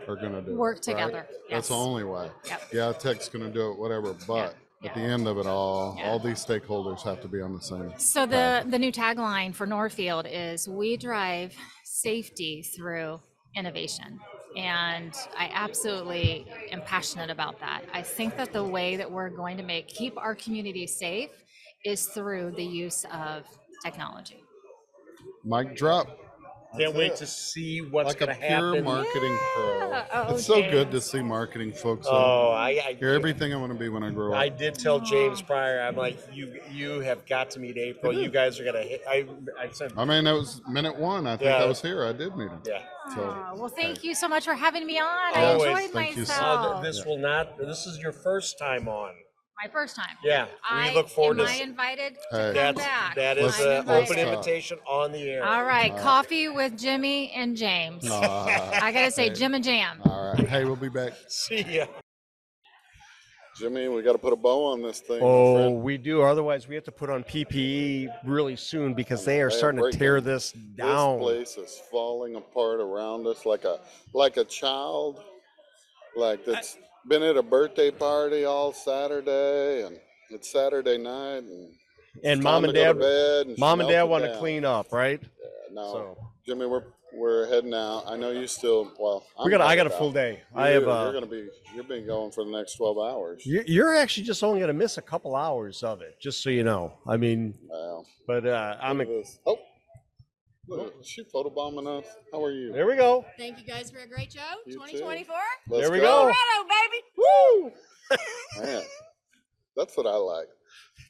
Speaker 2: are going to do it,
Speaker 12: Work
Speaker 2: right?
Speaker 12: together,
Speaker 2: That's the
Speaker 12: yes.
Speaker 2: only way.
Speaker 12: Yep.
Speaker 2: Yeah, tech's going to do it, whatever. But at the end of it all, all these stakeholders have to be on the same.
Speaker 12: So the the new tagline for Norfield is we drive safety through innovation. And I absolutely am passionate about that. I think that the way that we're going to make keep our community safe is through the use of technology.
Speaker 2: Mic drop.
Speaker 4: Can't wait
Speaker 2: it.
Speaker 4: to see what's
Speaker 2: like a
Speaker 4: going
Speaker 2: pure
Speaker 4: to happen.
Speaker 2: marketing pro.
Speaker 12: Oh,
Speaker 2: it's so good
Speaker 12: James.
Speaker 2: to see marketing folks.
Speaker 4: oh,
Speaker 2: on.
Speaker 4: I,
Speaker 2: You're
Speaker 4: I,
Speaker 2: everything I want to be when I grow up.
Speaker 4: I did tell James Pryor. I'm like, you, you have got to meet April. You guys are gonna. hit I, I said,
Speaker 2: I mean, that was minute one. I think
Speaker 4: Yeah.
Speaker 2: I was here. I did meet him.
Speaker 4: yeah.
Speaker 2: So
Speaker 12: Aw, well, thank you so much for having me on.
Speaker 4: Always.
Speaker 12: I enjoyed
Speaker 2: Thank you so
Speaker 4: Uh, th-
Speaker 12: myself.
Speaker 4: this will not. This is your first time on.
Speaker 12: My first time.
Speaker 4: Yeah,
Speaker 12: I
Speaker 4: we look forward
Speaker 12: am
Speaker 4: to.
Speaker 12: I invited to
Speaker 2: Hey.
Speaker 12: come
Speaker 4: That's,
Speaker 12: back.
Speaker 4: that
Speaker 2: Let's-
Speaker 4: is
Speaker 12: I'm
Speaker 4: an
Speaker 2: let's
Speaker 4: open
Speaker 12: invited.
Speaker 2: talk.
Speaker 4: invitation on the air.
Speaker 12: All right, coffee with Jimmy and James.
Speaker 2: Ah,
Speaker 12: I gotta say, Jim and Jam.
Speaker 2: all right. Hey, we'll be back.
Speaker 4: See ya.
Speaker 2: Jimmy, we got to put a bow on this thing. my
Speaker 1: Oh,
Speaker 2: friend.
Speaker 1: we do. Otherwise, we have to put on PPE really soon because they are
Speaker 2: They
Speaker 1: starting to
Speaker 2: breaking.
Speaker 1: tear this down.
Speaker 2: This place is falling apart around us like a like a child, like that's been at a birthday party all Saturday, and it's Saturday night, and
Speaker 1: and
Speaker 2: it's
Speaker 1: mom
Speaker 2: time
Speaker 1: and
Speaker 2: to go
Speaker 1: dad,
Speaker 2: to bed and
Speaker 1: mom and
Speaker 2: melt
Speaker 1: dad
Speaker 2: it
Speaker 1: want to
Speaker 2: down.
Speaker 1: clean up, right?
Speaker 2: no,
Speaker 1: So-
Speaker 2: Jimmy, we're we're heading out. I know you still well.
Speaker 1: We
Speaker 2: I'm
Speaker 1: got a- I
Speaker 2: headed
Speaker 1: got a
Speaker 2: out.
Speaker 1: full day. I have,
Speaker 2: You-
Speaker 1: uh,
Speaker 2: You're gonna be you've been going for the next twelve hours.
Speaker 1: You- You're actually just only going to miss a couple hours of it, just so you know. I mean,
Speaker 2: Wow.
Speaker 1: but uh, I'm.
Speaker 2: Oh, Look, is she photobombing us. How are you?
Speaker 1: There we go.
Speaker 13: Thank you guys for a great show.
Speaker 2: You too.
Speaker 13: 2024.
Speaker 2: Let's
Speaker 1: There we
Speaker 2: go.
Speaker 13: Colorado, baby.
Speaker 1: Woo!
Speaker 2: Man, that's what I like.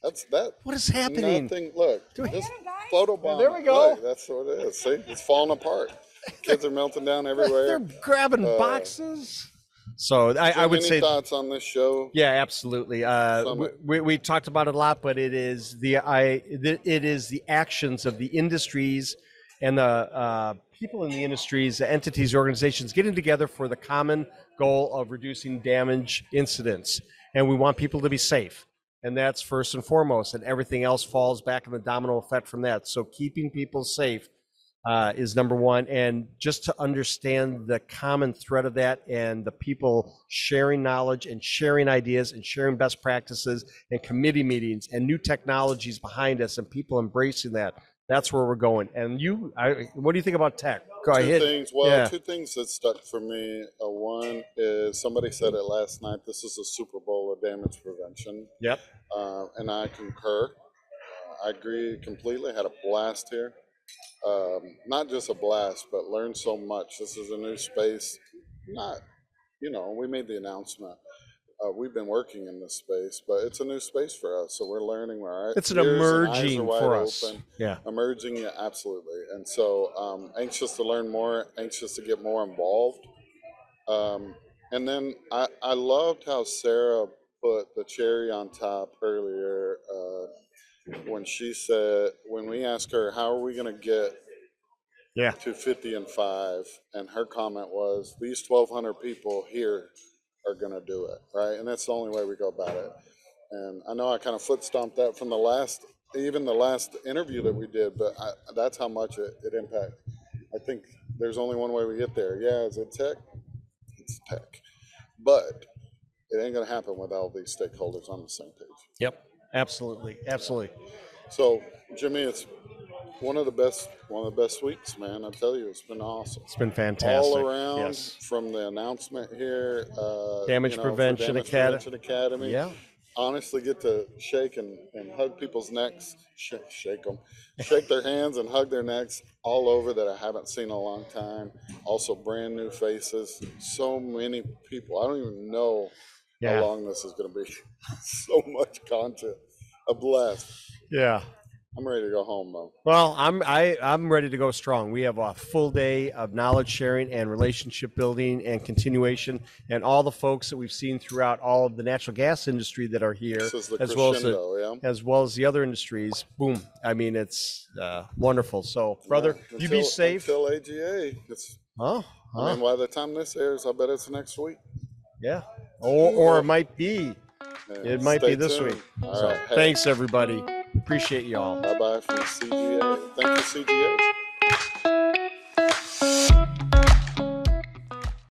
Speaker 2: That's that.
Speaker 1: What is happening?
Speaker 2: Nothing. Look, just photobomb.
Speaker 1: There we go.
Speaker 2: Look, that's what it is. See, it's falling apart. Kids are melting down everywhere.
Speaker 1: They're grabbing
Speaker 2: Uh,
Speaker 1: boxes. So I,
Speaker 2: Jim,
Speaker 1: I would
Speaker 2: any
Speaker 1: say.
Speaker 2: thoughts on this show.
Speaker 1: Yeah, absolutely. Uh, we,
Speaker 2: Summit.
Speaker 1: we we talked about it a lot, but it is the I the, it is the actions of the industries and the uh, people in the industries, the entities, organizations getting together for the common goal of reducing damage incidents, and we want people to be safe, and that's first and foremost, and everything else falls back in the domino effect from that. So keeping people safe uh, is number one. And just to understand the common thread of that and the people sharing knowledge and sharing ideas and sharing best practices and committee meetings and new technologies behind us and people embracing that. That's where we're going. And you, I, what do you think about tech? Go
Speaker 2: two
Speaker 1: ahead.
Speaker 2: things. Well,
Speaker 1: yeah.
Speaker 2: two things that stuck for me. Uh, one is somebody said it last night. This is a Super Bowl of damage prevention.
Speaker 1: Yep.
Speaker 2: Uh, and I concur. Uh, I agree completely. Had a blast here. Um, not just a blast, but learned so much. This is a new space. Not, you know, we made the announcement. Uh, we've been working in this space, but it's a new space for us. So we're learning. Our
Speaker 1: It's an
Speaker 2: ears and eyes are
Speaker 1: emerging
Speaker 2: wide
Speaker 1: for us.
Speaker 2: open
Speaker 1: Yeah.
Speaker 2: emerging yeah absolutely and so um, anxious to learn more anxious to get more involved um, and then I, I loved how sarah put the cherry on top earlier uh, when she said when we asked her how are we going to get
Speaker 1: Yeah.
Speaker 2: to 50 and 5 and her comment was these 1200 people here are going to do it right and that's the only way we go about it and i know i kind of foot stomped that from the last even the last interview that we did but I, that's how much it, it impacts i think there's only one way we get there yeah is it tech it's tech but it ain't going to happen with all these stakeholders on the same page
Speaker 1: Yep. Absolutely. Absolutely.
Speaker 2: so jimmy it's one of the best one of the best weeks man i tell you it's been awesome
Speaker 1: It's been fantastic.
Speaker 2: all around
Speaker 1: Yes.
Speaker 2: from the announcement here. Uh,
Speaker 1: Damage
Speaker 2: you know, for
Speaker 1: Prevention
Speaker 2: Damage
Speaker 1: Acad-
Speaker 2: Prevention Academy.
Speaker 1: Yeah.
Speaker 2: Honestly, get to shake and, and hug people's necks, sh- shake them, shake their hands and hug their necks all over that I haven't seen in a long time. Also, brand new faces. So many people. I don't even know
Speaker 1: Yeah.
Speaker 2: how long this is going to be. so much content. A blast.
Speaker 1: Yeah.
Speaker 2: I'm ready to go home, though.
Speaker 1: Well, I'm I, I'm ready to go strong. We have a full day of knowledge sharing and relationship building and continuation, and all the folks that we've seen throughout all of the natural gas industry that are here,
Speaker 2: This is the
Speaker 1: as well as the,
Speaker 2: crescendo,
Speaker 1: as well as the other industries. Boom! I mean, it's uh, wonderful. So, brother,
Speaker 2: Yeah,
Speaker 1: you be
Speaker 2: until-
Speaker 1: safe.
Speaker 2: Until AGA. It's,
Speaker 1: Huh?
Speaker 2: I
Speaker 1: Huh?
Speaker 2: mean, by the time this airs, I bet it's next week.
Speaker 1: Yeah. Or or it might be,
Speaker 2: Yeah,
Speaker 1: it might be
Speaker 2: stay
Speaker 1: this
Speaker 2: tuned.
Speaker 1: week.
Speaker 2: All
Speaker 1: So,
Speaker 2: right, hey.
Speaker 1: thanks everybody. Appreciate y'all.
Speaker 2: Bye bye from CGA. Thank you, CGA.